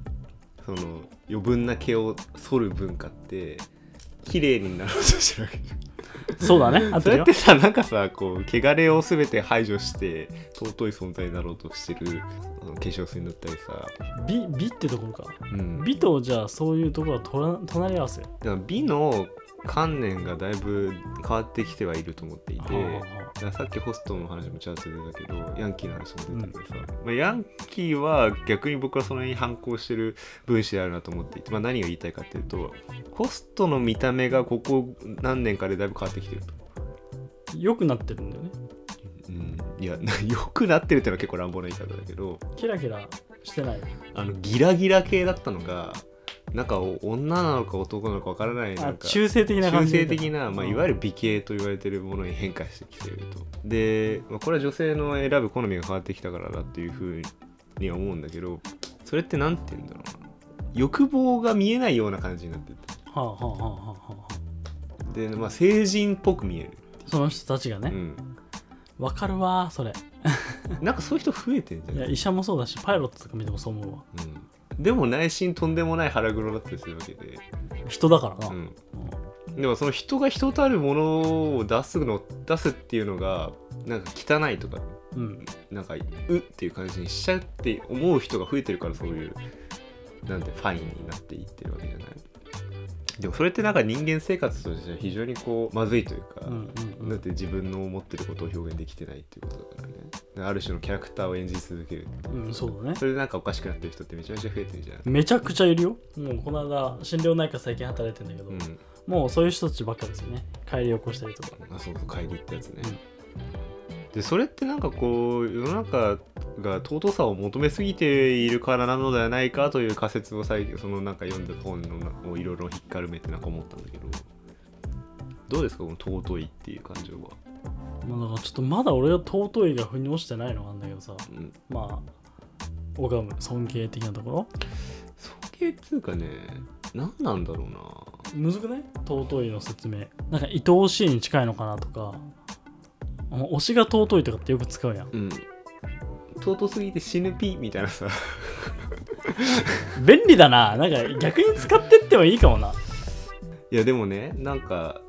[SPEAKER 3] その余分な毛を剃る文化って綺麗になろうとしてるわけじゃん
[SPEAKER 2] そうだ ね合っ
[SPEAKER 3] そ
[SPEAKER 2] てる
[SPEAKER 3] うや
[SPEAKER 2] よ
[SPEAKER 3] ってさなんかさこう汚れを全て排除して尊い存在になろうとしてるあの化粧水塗ったりさ、
[SPEAKER 2] 美美ってところか
[SPEAKER 3] うん、
[SPEAKER 2] 美とじゃあそういうところはとら隣り合わせ
[SPEAKER 3] だから美の観念がだいぶ変わってきてはいると思っていて、
[SPEAKER 2] はあはあ
[SPEAKER 3] だからさっきホストの話もちらっと出たけどヤンキーの話も出たけどさ、まあ、ヤンキーは逆に僕はそれに反抗してる分子であるなと思っていて、まあ、何を言いたいかっていうとホストの見た目がここ何年かでだいぶ変わってきてると。
[SPEAKER 2] 良くなってるんだよね
[SPEAKER 3] うん、いや 良くなってるっていうのは結構乱暴な言い方だけど
[SPEAKER 2] キラキラしてない
[SPEAKER 3] あのギラギラ系だったのがなんかお女なのか男なのかわからないな
[SPEAKER 2] あ
[SPEAKER 3] んか
[SPEAKER 2] 中性的な感
[SPEAKER 3] 中
[SPEAKER 2] じ
[SPEAKER 3] 性的な、まあ、いわゆ
[SPEAKER 2] る
[SPEAKER 3] る美形と言われてるものに変化してきているとで、まあ、これは女性の選ぶ好みが変わってきたからだっていうふうには思うんだけどそれって何て言うんだろうな欲望が見えないような感じになってて
[SPEAKER 2] はあはあはあはあはあ
[SPEAKER 3] で、まあ、成人っぽく見える、
[SPEAKER 2] その人たちが
[SPEAKER 3] う
[SPEAKER 2] ね
[SPEAKER 3] ん、
[SPEAKER 2] わかるわそれ
[SPEAKER 3] なんかそういう人増えてんじゃ
[SPEAKER 2] い
[SPEAKER 3] な
[SPEAKER 2] や
[SPEAKER 3] い
[SPEAKER 2] 医者もそうだしパイロットとか見てもそう思うわ
[SPEAKER 3] うん、でも内心とんでもない腹黒だったりするわけで、
[SPEAKER 2] 人だからな、
[SPEAKER 3] う
[SPEAKER 2] うん
[SPEAKER 3] ん、でもその人が人たるものを出すの出すっていうのがなんか汚いとか
[SPEAKER 2] うん
[SPEAKER 3] なんかうっていう感じにしちゃうって思う人が増えてるからそういうなんてファインになっていってるわけじゃないでもそれってなんか人間生活としては非常にこうまずいというか、
[SPEAKER 2] うんうん
[SPEAKER 3] だって自分の思ってることを表現できてないっていうことだからねである種のキャラクターを演じ続ける
[SPEAKER 2] うんそうだね
[SPEAKER 3] それでなんかおかしくなってる人ってめちゃめちゃ増えてるじゃん、
[SPEAKER 2] めちゃくちゃいるよもうこの間心療内科最近働いてんだけど、
[SPEAKER 3] うん
[SPEAKER 2] もうそういう人たちばっかですよね帰り起こしたりとか
[SPEAKER 3] あそうそう帰りってやつね、でそれってなんかこう世の中が尊さを求めすぎているからなのではないかという仮説を最近そのなんか読んだ本のなをいろいろ引っかるめてなんか思ったんだけどどうですかこの尊いっていう感情は、
[SPEAKER 2] まあだからちょっとまだ俺が尊いが腑に落ちてないのがあんだけどさ
[SPEAKER 3] うん、
[SPEAKER 2] まあ拝む尊敬的なところ
[SPEAKER 3] 尊敬っていうかね何なんだろうな
[SPEAKER 2] むずくない尊いの説明なんか愛おしいに近いのかなとかあの推しが尊いとかってよく使うやん
[SPEAKER 3] うん尊すぎて死ぬピみたいなさ
[SPEAKER 2] 便利だななんか逆に使ってってもいいかもない
[SPEAKER 3] やでもねなんか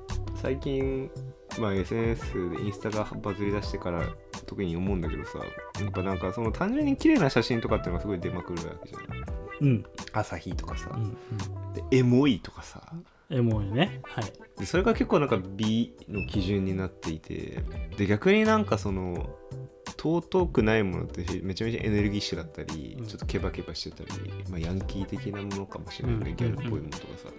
[SPEAKER 3] 最近、まあ、SNS でインスタがバズり出してから特に思うんだけどさやっぱなんかその単純に綺麗な写真とかっていうのがすごい出まくるわけじゃない
[SPEAKER 2] うん
[SPEAKER 3] 朝日とかさ、
[SPEAKER 2] うん
[SPEAKER 3] でエモいとかさ
[SPEAKER 2] うんエモいねはい
[SPEAKER 3] でそれが結構なんか美の基準になっていてで逆になんかその尊くないものってめちゃめちゃエネルギッシュだったり、
[SPEAKER 2] うん
[SPEAKER 3] ちょっとケバケバしてたり、まあ、ヤンキー的なものかもしれないね、
[SPEAKER 2] うん
[SPEAKER 3] ギャルっぽいものとかさ、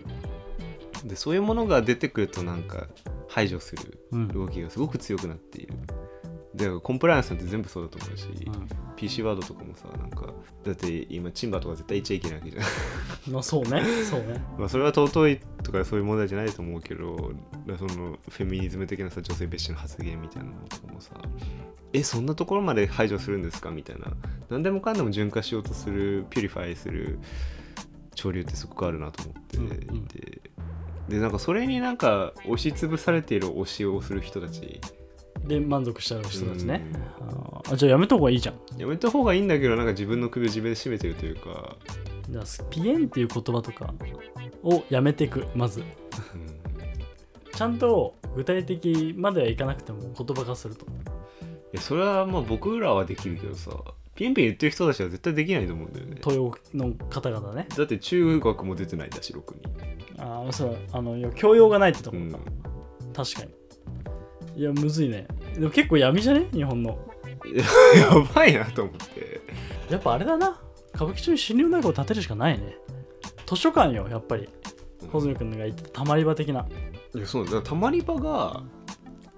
[SPEAKER 3] でそういうものが出てくるとなんか排除する
[SPEAKER 2] うん
[SPEAKER 3] 動きがすごく強くなっているだからコンプライアンスなんて全部そうだと思うし、
[SPEAKER 2] う
[SPEAKER 3] PC ワードとかもさなんかだって今チンバとか絶対言っちゃいけないわけじゃん
[SPEAKER 2] んまあそうねそうね
[SPEAKER 3] まあそれは尊いとかそういう問題じゃないと思うけどだからそのフェミニズム的なさ女性蔑視の発言みたいなのとかもさえそんなところまで排除するんですかみたいな何でもかんでも純化しようとするピュリファイする潮流ってすごくあるなと思っていて、
[SPEAKER 2] うんうん
[SPEAKER 3] でなんかそれになんか押しつぶされている推しをする人たち
[SPEAKER 2] で満足しちゃう人たちねあーあじゃあやめた方がいいじゃん
[SPEAKER 3] やめた方がいいんだけどなんか自分の首を自分で絞めてるというか、
[SPEAKER 2] じゃあスピエンっていう言葉とかをやめてくまず
[SPEAKER 3] うん
[SPEAKER 2] ちゃんと具体的まではいかなくても言葉化すると
[SPEAKER 3] いやそれはまあ僕らはできるけどさピンピン言ってる人たちは絶対できないと思うんだよね
[SPEAKER 2] 豊の方々ね
[SPEAKER 3] だって中学も出てないだし6に、
[SPEAKER 2] ああそうあの要は教養がないってとこ
[SPEAKER 3] う
[SPEAKER 2] ろ
[SPEAKER 3] ん
[SPEAKER 2] か、、確かにいやむずいねでも結構闇じゃね日本の
[SPEAKER 3] やばいなと思って
[SPEAKER 2] やっぱあれだな歌舞伎町に新入内閣を建てるしかないね図書館よやっぱり
[SPEAKER 3] うん
[SPEAKER 2] 穂積君が言ってたたまり場的ない
[SPEAKER 3] やそうだからたまり場が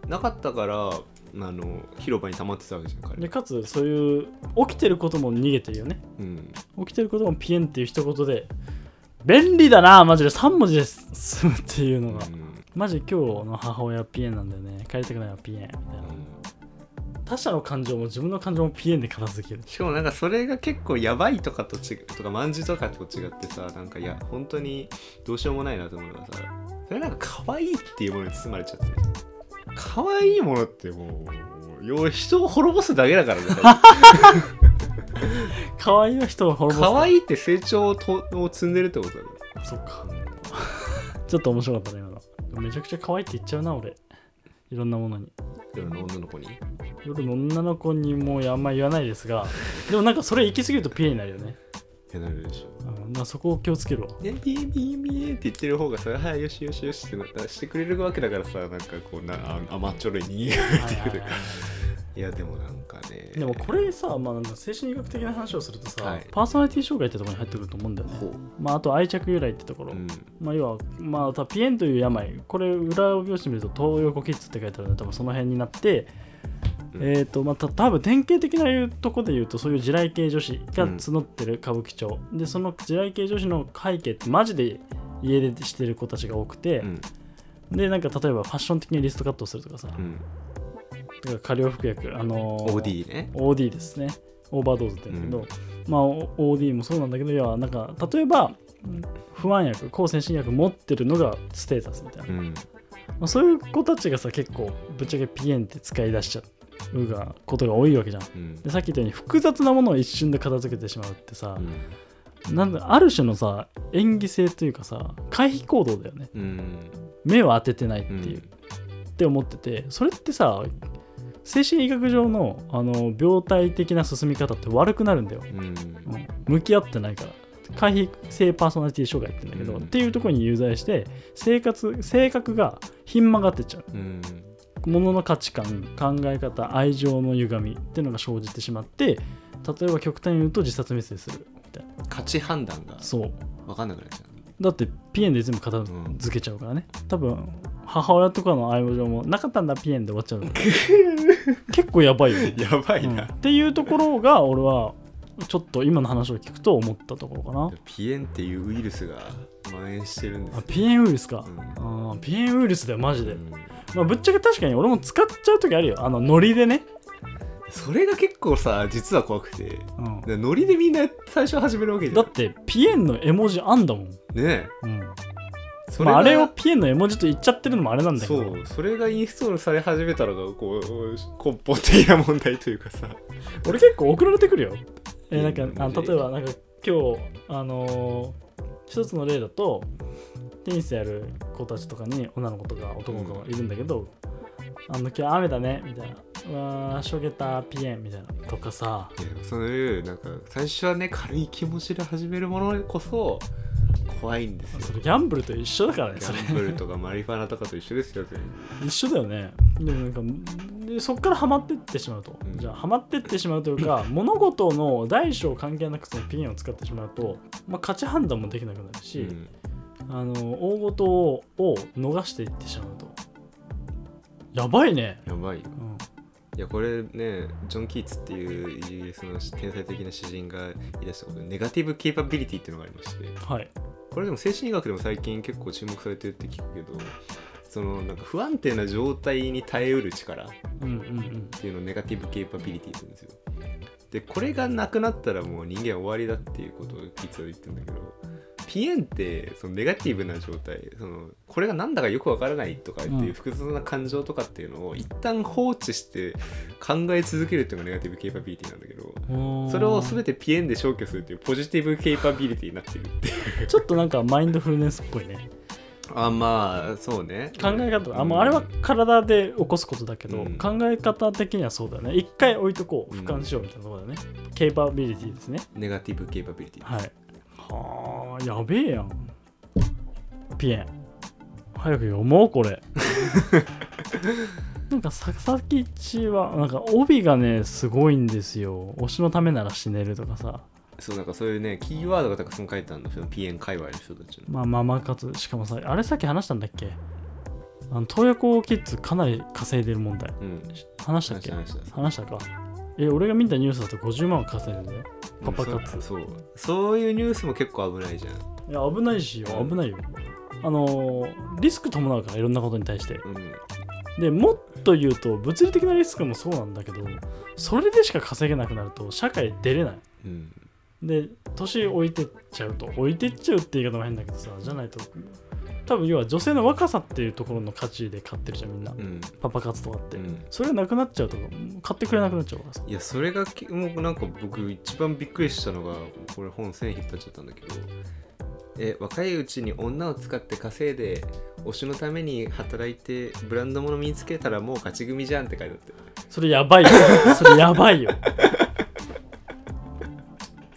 [SPEAKER 3] なかったからあの広場に溜まってたわけじゃん
[SPEAKER 2] で
[SPEAKER 3] 彼、
[SPEAKER 2] かつそういう起きてることも逃げてるよね
[SPEAKER 3] うん、
[SPEAKER 2] 起きてることもピエンっていう一言で便利だなマジで3文字です済むっていうのが
[SPEAKER 3] うん
[SPEAKER 2] マジ今日の母親はピエンなんだよね帰りたくないわピエンみたいな他者の感情も自分の感情もピエンで片付ける
[SPEAKER 3] しかもなんかそれが結構やばいとかと違うとかまんじとかと違ってさなんかいや本当にどうしようもないなと思うのがさそれなんか可愛いっていうものに包まれちゃってる可愛いものってもうもう要は人を滅ぼすだけだからね
[SPEAKER 2] 可愛いは人を滅ぼす
[SPEAKER 3] 可愛いって成長をとを積んでるってことだよ
[SPEAKER 2] そっか ちょっと面白かったね今のめちゃくちゃ可愛いって言っちゃうな俺いろんなものに
[SPEAKER 3] 夜の女の子に
[SPEAKER 2] 夜の女の子にもうあんま言わないですがでもなんかそれ行き過ぎるとピエンになるよね、
[SPEAKER 3] えなるでしょ
[SPEAKER 2] うん、だからそこを気をつけるわ
[SPEAKER 3] いやビービービーって言ってる方がさ「はいよしよしよし」ってなったしてくれるわけだからさなんかこうなあ甘っちょろいにい
[SPEAKER 2] はいはいはい
[SPEAKER 3] やでもなんかね
[SPEAKER 2] でもこれさ、まあ、なんか精神医学的な話をするとさ、
[SPEAKER 3] はい
[SPEAKER 2] パーソナリティ障害ってところに入ってくると思うんだよね、
[SPEAKER 3] ほう
[SPEAKER 2] まあ、あと愛着由来ってところ、
[SPEAKER 3] うん
[SPEAKER 2] まあ、要は、まあ、たピエンという病これ裏表紙見ると東洋コキッズって書いてあるので多分その辺になって、
[SPEAKER 3] うん
[SPEAKER 2] えっ、とまあた多分典型的ないうとこで言うとそういう地雷系女子が募ってる歌舞伎町、でその地雷系女子の背景ってマジで家出してる子たちが多くて
[SPEAKER 3] う、ん
[SPEAKER 2] でなんか例えばファッション的にリストカットをするとかさ、
[SPEAKER 3] うん
[SPEAKER 2] だから過量服薬あのー
[SPEAKER 3] OD ね
[SPEAKER 2] OD ですねオーバードーズって言うんだけど、まあお OD もそうなんだけどいやなんか例えばうん不安薬抗精神薬持ってるのがステータスみたいな、
[SPEAKER 3] うん
[SPEAKER 2] まあ、そういう子たちがさ結構ぶっちゃけピエンって使い出しちゃうがことが多いわけじゃん
[SPEAKER 3] うん
[SPEAKER 2] でさっき言ったように複雑なものを一瞬で片付けてしまうってさ、なんだある種のさ演技性というかさ回避行動だよね
[SPEAKER 3] うん
[SPEAKER 2] 目を当ててないって
[SPEAKER 3] う
[SPEAKER 2] い
[SPEAKER 3] ん
[SPEAKER 2] う、って思っててそれってさ精神医学上のあの病態的な進み方って悪くなるんだよ、
[SPEAKER 3] うん
[SPEAKER 2] うん向き合ってないから回避性パーソナリティ障害って言うんだけど、
[SPEAKER 3] うん
[SPEAKER 2] っていうところに有罪して生活性格がひん曲がってっちゃう
[SPEAKER 3] うん
[SPEAKER 2] ものの価値観考え方愛情の歪みっていうのが生じてしまって例えば極端に言うと自殺未遂するみたいな
[SPEAKER 3] 価値判断が
[SPEAKER 2] そう
[SPEAKER 3] 分かんなくなっちゃう
[SPEAKER 2] だってピエンで全部片付けちゃうからね、多分母親とかの愛情もなかったんだピエンで終わっちゃうの 結構やばいよね
[SPEAKER 3] やばい
[SPEAKER 2] うん
[SPEAKER 3] な、
[SPEAKER 2] っていうところが俺はちょっと今の話を聞くと思ったところかな
[SPEAKER 3] ピエンっていうウイルスが蔓延してるんです
[SPEAKER 2] あ
[SPEAKER 3] よ
[SPEAKER 2] ピエンウイルスか、
[SPEAKER 3] うん
[SPEAKER 2] あーピエンウイルスだよマジで、
[SPEAKER 3] うん
[SPEAKER 2] まあ、ぶっちゃけ確かに俺も使っちゃう時あるよあのノリでね、
[SPEAKER 3] それが結構さ実は怖くて
[SPEAKER 2] うん
[SPEAKER 3] でノリでみんな最初始めるわけじ
[SPEAKER 2] だ
[SPEAKER 3] ゃ
[SPEAKER 2] っ
[SPEAKER 3] ん
[SPEAKER 2] てピエンの絵文字あんだもん、
[SPEAKER 3] ね
[SPEAKER 2] うん
[SPEAKER 3] えそ
[SPEAKER 2] まあ、あ
[SPEAKER 3] が
[SPEAKER 2] れをピエンの絵文字と言っちゃってるのもあれなんだけ
[SPEAKER 3] そ
[SPEAKER 2] ど
[SPEAKER 3] うそれがインストールされ始めたのがこう根本的な問題というかさ
[SPEAKER 2] 俺結構送られてくるよ、えー
[SPEAKER 3] ピエンの絵文字
[SPEAKER 2] なんかあ例えばなんか今日あのー一つの例だとテニスやる子たちとかに女の子とか男の子がいるんだけど、あの今日雨だねみたいなわーしょげたピエンみたいなとかさ
[SPEAKER 3] いやそういうなんか最初はね軽い気持ちで始めるものこそ怖いんですよ
[SPEAKER 2] それギャンブルと一緒だからね
[SPEAKER 3] ギ
[SPEAKER 2] それ
[SPEAKER 3] ャンブルとかマリファナとかと一緒ですよ全部
[SPEAKER 2] 一緒だよねでもなんかでそっからハマってってしまうと、
[SPEAKER 3] うん
[SPEAKER 2] じゃあハマってってしまうというか物事の大小関係なくそのピンを使ってしまうと、まあ、価値判断もできなくなるし、
[SPEAKER 3] うん
[SPEAKER 2] あの大事をを逃していってしまうとやばいね、
[SPEAKER 3] やばいよ
[SPEAKER 2] うん、
[SPEAKER 3] いやこれねジョン・キーツっていうイギリスの天才的な詩人が言い出したことでネガティブ・ケイパビリティっていうのがありまして
[SPEAKER 2] はい
[SPEAKER 3] これでも精神医学でも最近結構注目されてるって聞くけどそのなんか不安定な状態に耐えうる力っ
[SPEAKER 2] うんうんうん
[SPEAKER 3] ていうのをネガティブ・ケイパビリティって言うんですよでこれがなくなったらもう人間は終わりだっていうことをキーツは言ってるんだけどピエンってそのネガティブな状態そのこれがなんだかよくわからないとかって
[SPEAKER 2] う
[SPEAKER 3] い
[SPEAKER 2] ん
[SPEAKER 3] う複雑な感情とかっていうのを一旦放置して考え続けるっていうのがネガティブ・ケイパビリティなんだけど
[SPEAKER 2] おー
[SPEAKER 3] それを全てピエンで消去するっていうポジティブ・ケイパビリティになってるっていう
[SPEAKER 2] ちょっとなんかマインドフルネスっぽいね
[SPEAKER 3] あまあそうね
[SPEAKER 2] 考え方あ,、
[SPEAKER 3] うん
[SPEAKER 2] まあ、あれは体で起こすことだけど、
[SPEAKER 3] うん
[SPEAKER 2] 考え方的にはそうだよね一回置いとこう
[SPEAKER 3] う
[SPEAKER 2] 俯
[SPEAKER 3] ん
[SPEAKER 2] 瞰しようみたいなところだね、ケイパビリティですね
[SPEAKER 3] ネガティブ・ケイパビリティ
[SPEAKER 2] はいはあやべえやんピエン早く読もうこ れなんか佐々木一はなんか帯がねすごいんですよ推しのためなら死ねるとかさ
[SPEAKER 3] そうなんかそういうねキーワードがたくさん書いてあるんだそのピエン界隈の人たちの
[SPEAKER 2] まあママ活しかもさあれさっき話したんだっけあの東横キッズかなり稼いでる問題
[SPEAKER 3] うん
[SPEAKER 2] 話したっけ
[SPEAKER 3] 話した話した
[SPEAKER 2] 話したかえ俺が見たニュースだと50万は稼いでるねパパ
[SPEAKER 3] うん
[SPEAKER 2] 活
[SPEAKER 3] そうそうそういうニュースも結構危ないじゃん
[SPEAKER 2] いや危ないしよ危ないよあのーリスク伴うからいろんなことに対して
[SPEAKER 3] うん
[SPEAKER 2] でもっと言うと物理的なリスクもそうなんだけどそれでしか稼げなくなると社会出れない
[SPEAKER 3] うん
[SPEAKER 2] で年置いてっちゃうと置いてっちゃうって言い方も変だけどさじゃないと多分要は女性の若さっていうところの価値で買ってるじゃんみんな、
[SPEAKER 3] うん
[SPEAKER 2] パパ活とかって、
[SPEAKER 3] うん
[SPEAKER 2] それがなくなっちゃうと買ってくれなくなっちゃうからさ
[SPEAKER 3] いやそれがけもうなんか僕一番びっくりしたのがこれ本線引っ張っちゃったんだけどえ若いうちに女を使って稼いで推しのために働いてブランド物身につけたらもう勝ち組じゃんって書いてあって
[SPEAKER 2] それやばい よそれやばいよ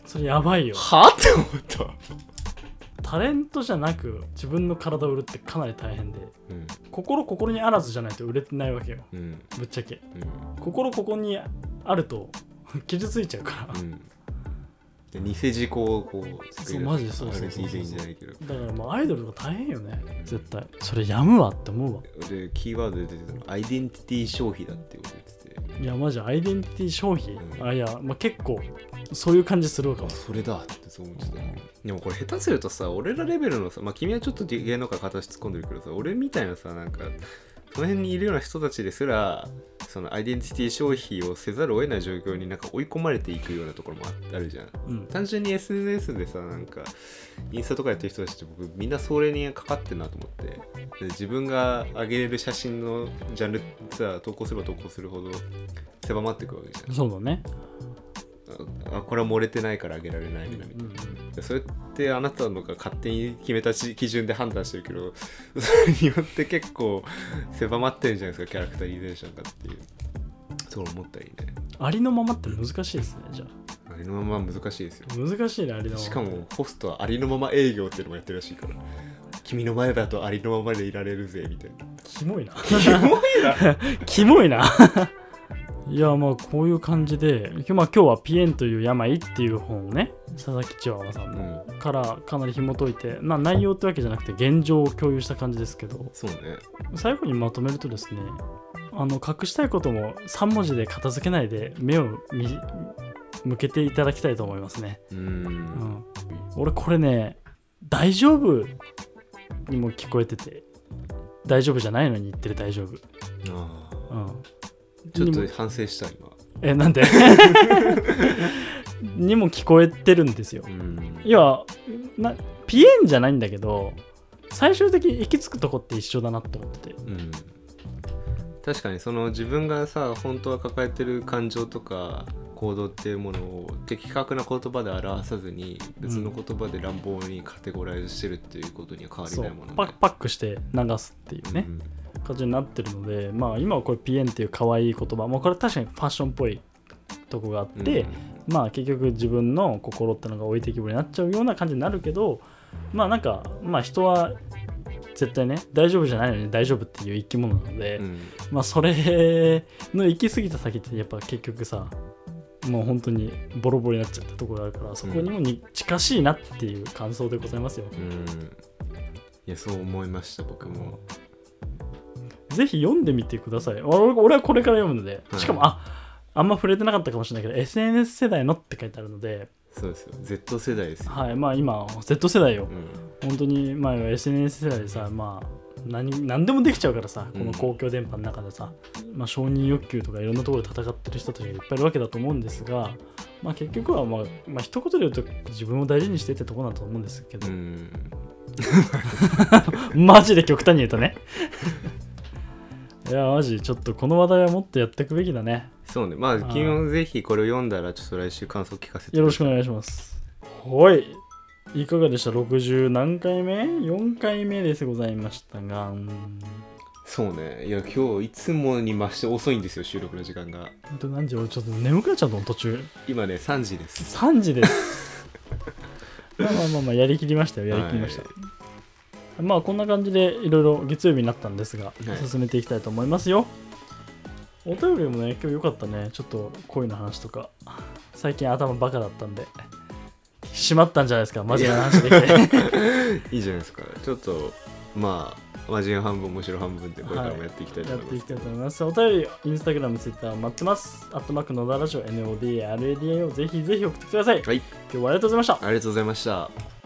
[SPEAKER 2] それやばいよ
[SPEAKER 3] はって思った、
[SPEAKER 2] タレントじゃなく自分の体を売るってかなり大変で
[SPEAKER 3] うん
[SPEAKER 2] 心心にあらずじゃないと売れてないわけよ
[SPEAKER 3] うん
[SPEAKER 2] ぶっちゃけ
[SPEAKER 3] うん
[SPEAKER 2] 心ここにあると 傷ついちゃうから
[SPEAKER 3] うん、で偽事故をこう
[SPEAKER 2] そうマジでそうそうそうそう
[SPEAKER 3] 以前じゃないけど
[SPEAKER 2] だからもうアイドルとか大変よね絶対それやむわって思うわ
[SPEAKER 3] でキーワードで出てたのアイデンティティ消費だってこと言ってて
[SPEAKER 2] いやマジアイデンティティ消費、
[SPEAKER 3] うん
[SPEAKER 2] あいや、まあ、結構そういう感じするかも
[SPEAKER 3] あそれだってそう思ってたでもこれ下手するとさ俺らレベルのさまあ君はちょっと芸能界形突っ込んでるけどさ俺みたいなさなんかその辺にいるような人たちですらそのアイデンティティ消費をせざるを得ない状況になんか追い込まれていくようなところもああるじゃん
[SPEAKER 2] うん
[SPEAKER 3] 単純に SNS でさなんかインスタとかやってる人たちって僕みんなそれにかかってるなと思ってで自分が上げれる写真のジャンルさ投稿すれば投稿するほど狭まってくわけじ
[SPEAKER 2] そうだね
[SPEAKER 3] ゃんああこれは漏れてないから上げられないみたいな
[SPEAKER 2] うんうん
[SPEAKER 3] でそれってあなたのが勝手に決めたし基準で判断してるけど それによって結構狭まってるんじゃないですかキャラクターイゼーションがっていうそう思ったりね
[SPEAKER 2] ありのままって難しいですねじゃあ
[SPEAKER 3] ありのまま難しいですよ
[SPEAKER 2] 難しいねありのまま
[SPEAKER 3] しかもホストはありのまま営業っていうのもやってるらしいから君の前だとありのままでいられるぜみたいな
[SPEAKER 2] キモい な
[SPEAKER 3] モいな
[SPEAKER 2] キモいないやまあこういう感じで、まあ、今日は「ピエンという病」っていう本をね佐々木千和さんのからかなり紐解いて、まあ、内容ってわけじゃなくて現状を共有した感じですけど
[SPEAKER 3] そうね
[SPEAKER 2] 最後にまとめるとですねあの隠したいことも3文字で片付けないで目を見向けていただきたいと思いますね、
[SPEAKER 3] う
[SPEAKER 2] うんん、俺これね「大丈夫」にも聞こえてて「大丈夫じゃないのに言ってる大丈夫」
[SPEAKER 3] ああ
[SPEAKER 2] うん
[SPEAKER 3] ちょっ
[SPEAKER 2] に
[SPEAKER 3] と
[SPEAKER 2] も
[SPEAKER 3] 反省した今
[SPEAKER 2] えなんで にも聞こえてるんですよ
[SPEAKER 3] うん
[SPEAKER 2] いやなピエンじゃないんだけど最終的に行き着くとこって一緒だなって思ってて
[SPEAKER 3] うん確かにその自分がさ本当は抱えてる感情とか行動っていうものを的確な言葉で表さずに別の言葉で乱暴にカテゴライズしてるっていうことには変わり
[SPEAKER 2] そ
[SPEAKER 3] ないうものね
[SPEAKER 2] パックパックして流すっていうね、
[SPEAKER 3] うん
[SPEAKER 2] 感じになってるので、まあ、今はこれピエンっていう可愛い言葉、まあ、これ確かにファッションっぽいとこがあって、まあ結局自分の心ってのが置いてきぼりになっちゃうような感じになるけどまあなんかまあ人は絶対ね大丈夫じゃないのに大丈夫っていう生き物なので、
[SPEAKER 3] うんうん
[SPEAKER 2] まあそれの行き過ぎた先ってやっぱ結局さもう本当にボロボロになっちゃったところがあるからそこにもに近しいなっていう感想でございますよ、
[SPEAKER 3] うんいやそう思いました僕も
[SPEAKER 2] ぜひ読んでみてください俺俺はこれから読むので
[SPEAKER 3] はい
[SPEAKER 2] しかもああんま触れてなかったかもしれないけど SNS 世代のって書いてあるので、
[SPEAKER 3] そうですよ Z 世代ですよ、
[SPEAKER 2] はい、まあ今 Z 世代よ、
[SPEAKER 3] うん
[SPEAKER 2] 本当にまあ SNS 世代でさまあ何何でもできちゃうからさ
[SPEAKER 3] う
[SPEAKER 2] こ
[SPEAKER 3] ん
[SPEAKER 2] の公共電波の中でさ、まあ、承認欲求とかいろんなところで戦ってる人たちがいっぱいいるわけだと思うんですが、まあ、結局は、まあまあ一言で言うと自分を大事にしてってところだと思うんですけど
[SPEAKER 3] う、ん
[SPEAKER 2] マジで極端に言うとね いやマジちょっとこの話題はもっとやっていくべきだね
[SPEAKER 3] そうねまあ君もぜひこれを読んだらちょっと来週感想聞かせて
[SPEAKER 2] よろしくお
[SPEAKER 3] い
[SPEAKER 2] 願いしますはいいかがでした60何回目 ?4 回目ですございましたがうん
[SPEAKER 3] そうねいや今日いつもに増して遅いんですよ収録の時間が
[SPEAKER 2] 本当何時俺ちょっと眠くなっちゃったの途中
[SPEAKER 3] 今ね3時です
[SPEAKER 2] 3時です まあまあまあまあやりきりましたよやりきりました、
[SPEAKER 3] は
[SPEAKER 2] まあこんな感じでいろいろ月曜日になったんですが、
[SPEAKER 3] い
[SPEAKER 2] 進めていきたいと思いますよお便りもね今日良かったねちょっと恋の話とか最近頭バカだったんでしまったんじゃないですか真面目な話できて
[SPEAKER 3] いいじゃないですかちょっとまあ真面目半分面白半分でこれからもやっていきたいと
[SPEAKER 2] やっ
[SPEAKER 3] 思い
[SPEAKER 2] ていきたい
[SPEAKER 3] ます、
[SPEAKER 2] と思いますお便りインスタグラムツイッター待ってますアットマーク野田ラジオ NODRADA をぜひぜひ送ってください今
[SPEAKER 3] はい、
[SPEAKER 2] 日はありがとうございました
[SPEAKER 3] ありがとうございました